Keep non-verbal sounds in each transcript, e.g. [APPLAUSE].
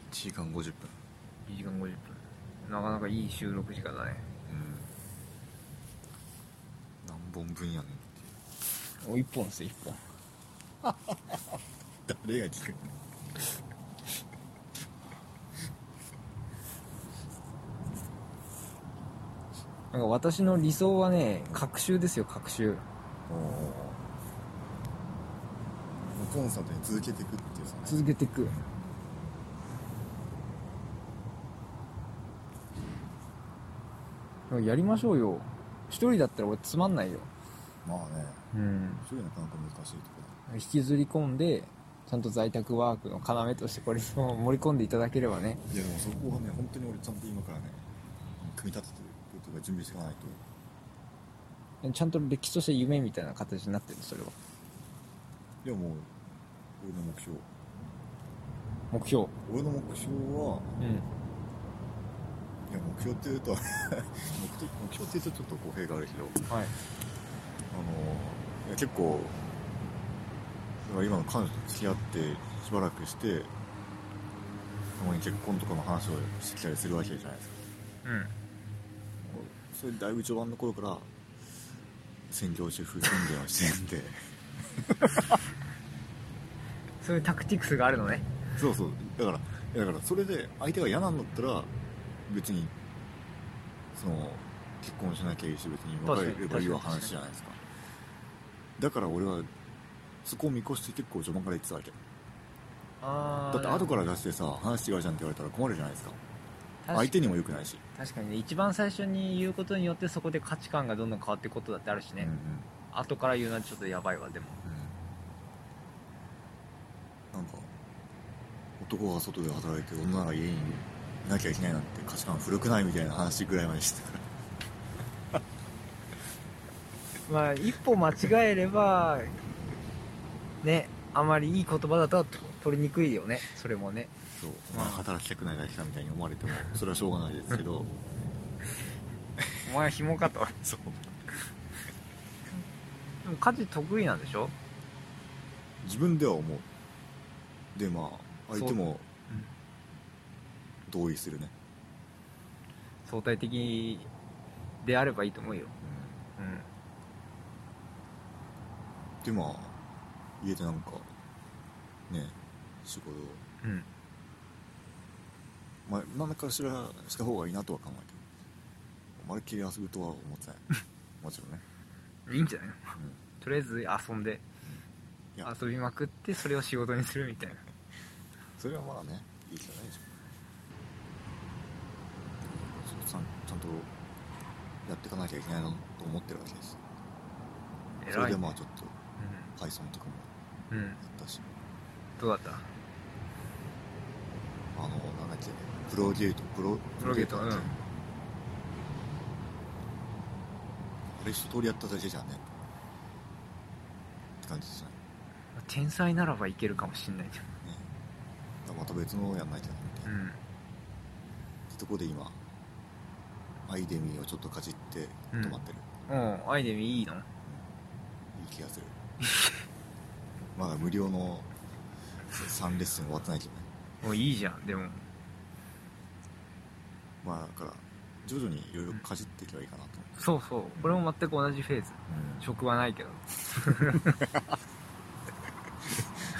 1時間50分1時間50分なかなかいい収録時間だねうん何本分やねんってお1本っす1本誰が聞くなんか私の理想はね隔週ですよ隔週おおコンスタントに続けていくっていうさ続けていくやりましょうよ一人だったら俺つまんないよまあねうんそれなかなか難しいとこ引きずり込んでちゃんと在宅ワークの要としてこれを盛り込んでいただければねろいやでもそこはね本当に俺ちゃんと今からね組み立ててるとか準備していかないとちゃんと歴史として夢みたいな形になってるそれはいやもう俺の目標目標俺の目標はうんいや目標っていうと目的目標っていうとちょっと語弊があるけどはいあのいや結構だから今の彼女と付き合ってしばらくしてたまに結婚とかの話をしてきたりするわけじゃないですかうんもうそれだいぶ序盤の頃から専業主婦宣言をしてるんでそういうタクティクスがあるのね [LAUGHS] そうそうだからいやだからそれで相手が嫌なんだったら別にその結婚しなきゃいいし別に別れればいいわ確かに確かに話じゃないですかだから俺はそこを見越して結構序盤から言ってたわけあだって後から出してさ話違うじゃんって言われたら困るじゃないですから相手にも良くないし、確かにね一番最初に言うことによってそこで価値観がどんどん変わっていくことだってあるしね、うんうん後から言うのはちょっとやばいわでもうん、なんか男が外で働いて女が家にいなきゃいけないなんて価値観古くないみたいな話ぐらいまでしてた [LAUGHS] からまあ一歩間違えればねあまりいい言葉だと取りにくいよねそれもねそう、まあ、働きたくないだけかみたいに思われ [LAUGHS] てもそれはしょうがないですけどお前はひも [LAUGHS] かとそうでも家事得意なんでしょ自分では思うでまあ相手も同意するね、相対的であればいいと思うようんでまあ家でなんかね仕事をうんまあ、何らかしらした方がいいなとは考えてるまるっきり遊ぶとは思ってない [LAUGHS] もちろんね、いいんじゃないのうん、とりあえず遊んでいや遊びまくってそれを仕事にするみたいなそれはまだねいいじゃないでしょちょっとちゃんちゃんとやっていかなきゃいけないなと思ってるわけですそれ偉いでねまあちょっと Python とかもうん、うんや、ったしどうだったあのなんだっけプロゲートプロプロゲートだっけうんあれ一通りやっただけじゃねって感じですね天才ならばいけるかもしんないじねだからまた別のをやんないとなみたいなゃんうんってとこで今アイデミーをちょっとかじって止まってる、うんアイデミーいいのいい気がする [LAUGHS] まだ無料の3レッスン終わってないけどねもういいじゃんでもまあだから徐々にいろいろかじっていけばいいかなと思そうそうこれも全く同じフェーズう、職はないけど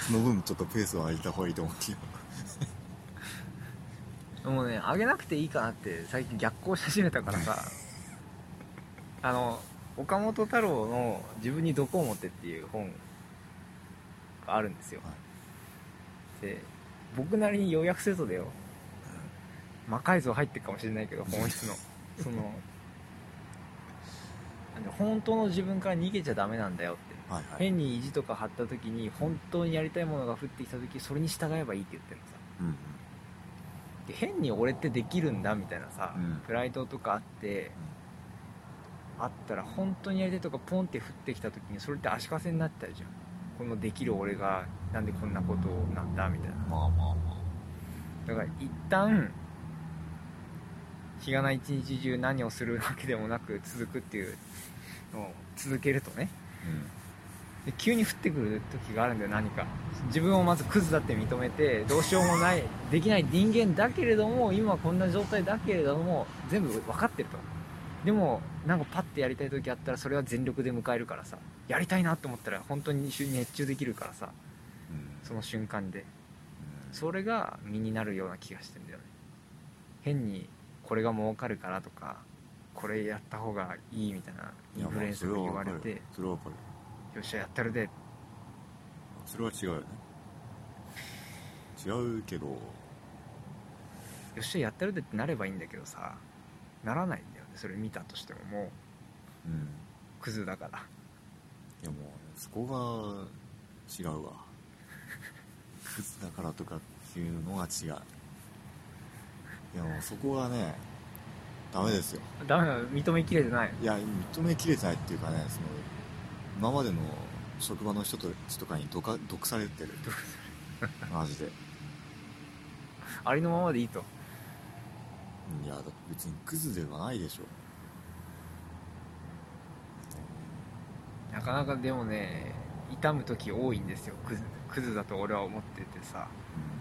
その分ちょっとペースを上げた方がいいと思うけどもうね上げなくていいかなって最近逆行し始めたから [LAUGHS] さあの岡本太郎の「自分に毒を持って」っていう本があるんですよ、はで僕なりに要約するとだよ魔改造入ってるかもしれないけど本質の [LAUGHS] そのあの本当の自分から逃げちゃダメなんだよってはいはい、変に意地とか張った時に本当にやりたいものが降ってきた時それに従えばいいって言ってるのさうんうんで変に俺ってできるんだみたいなさ、うんプライドとかあってあったら本当にやりたいとかポンって降ってきた時にそれって足かせになっちゃうじゃんこのできる俺がなんでこんなことなんだみたいなまあまあまあだから一旦日がない一日中何をするわけでもなく続くっていうのを続けるとねうで急に降ってくる時があるんだよ何か自分をまずクズだって認めてどうしようもないできない人間だけれども今こんな状態だけれども全部分かってるとでもなんかパッてやりたい時あったらそれは全力で迎えるからさやりたいなと思ったら本当に一瞬熱中できるからさうんその瞬間でうんそれが身になるような気がしてんだよね変にこれが儲かるからとかこれやった方がいいみたいなインフルエンサーに言われていやまあそれはわかるよっしゃやったるでそれはわかるそれは違うよね違うけどよっしゃやってるでってなればいいんだけどさならないんだよねそれ見たとしてももうんうクズだからいやもうそこが違うわクズだからとかっていうのは違ういやもうそこがねダメですよダメだ認めきれてないいや認めきれてないっていうかねその今までの職場の人と人とかに毒か毒されてるマジでありのままでいいといやだって別にクズではないでしょなかなかでもね痛む時多いんですよクズクズだと俺は思っててさうん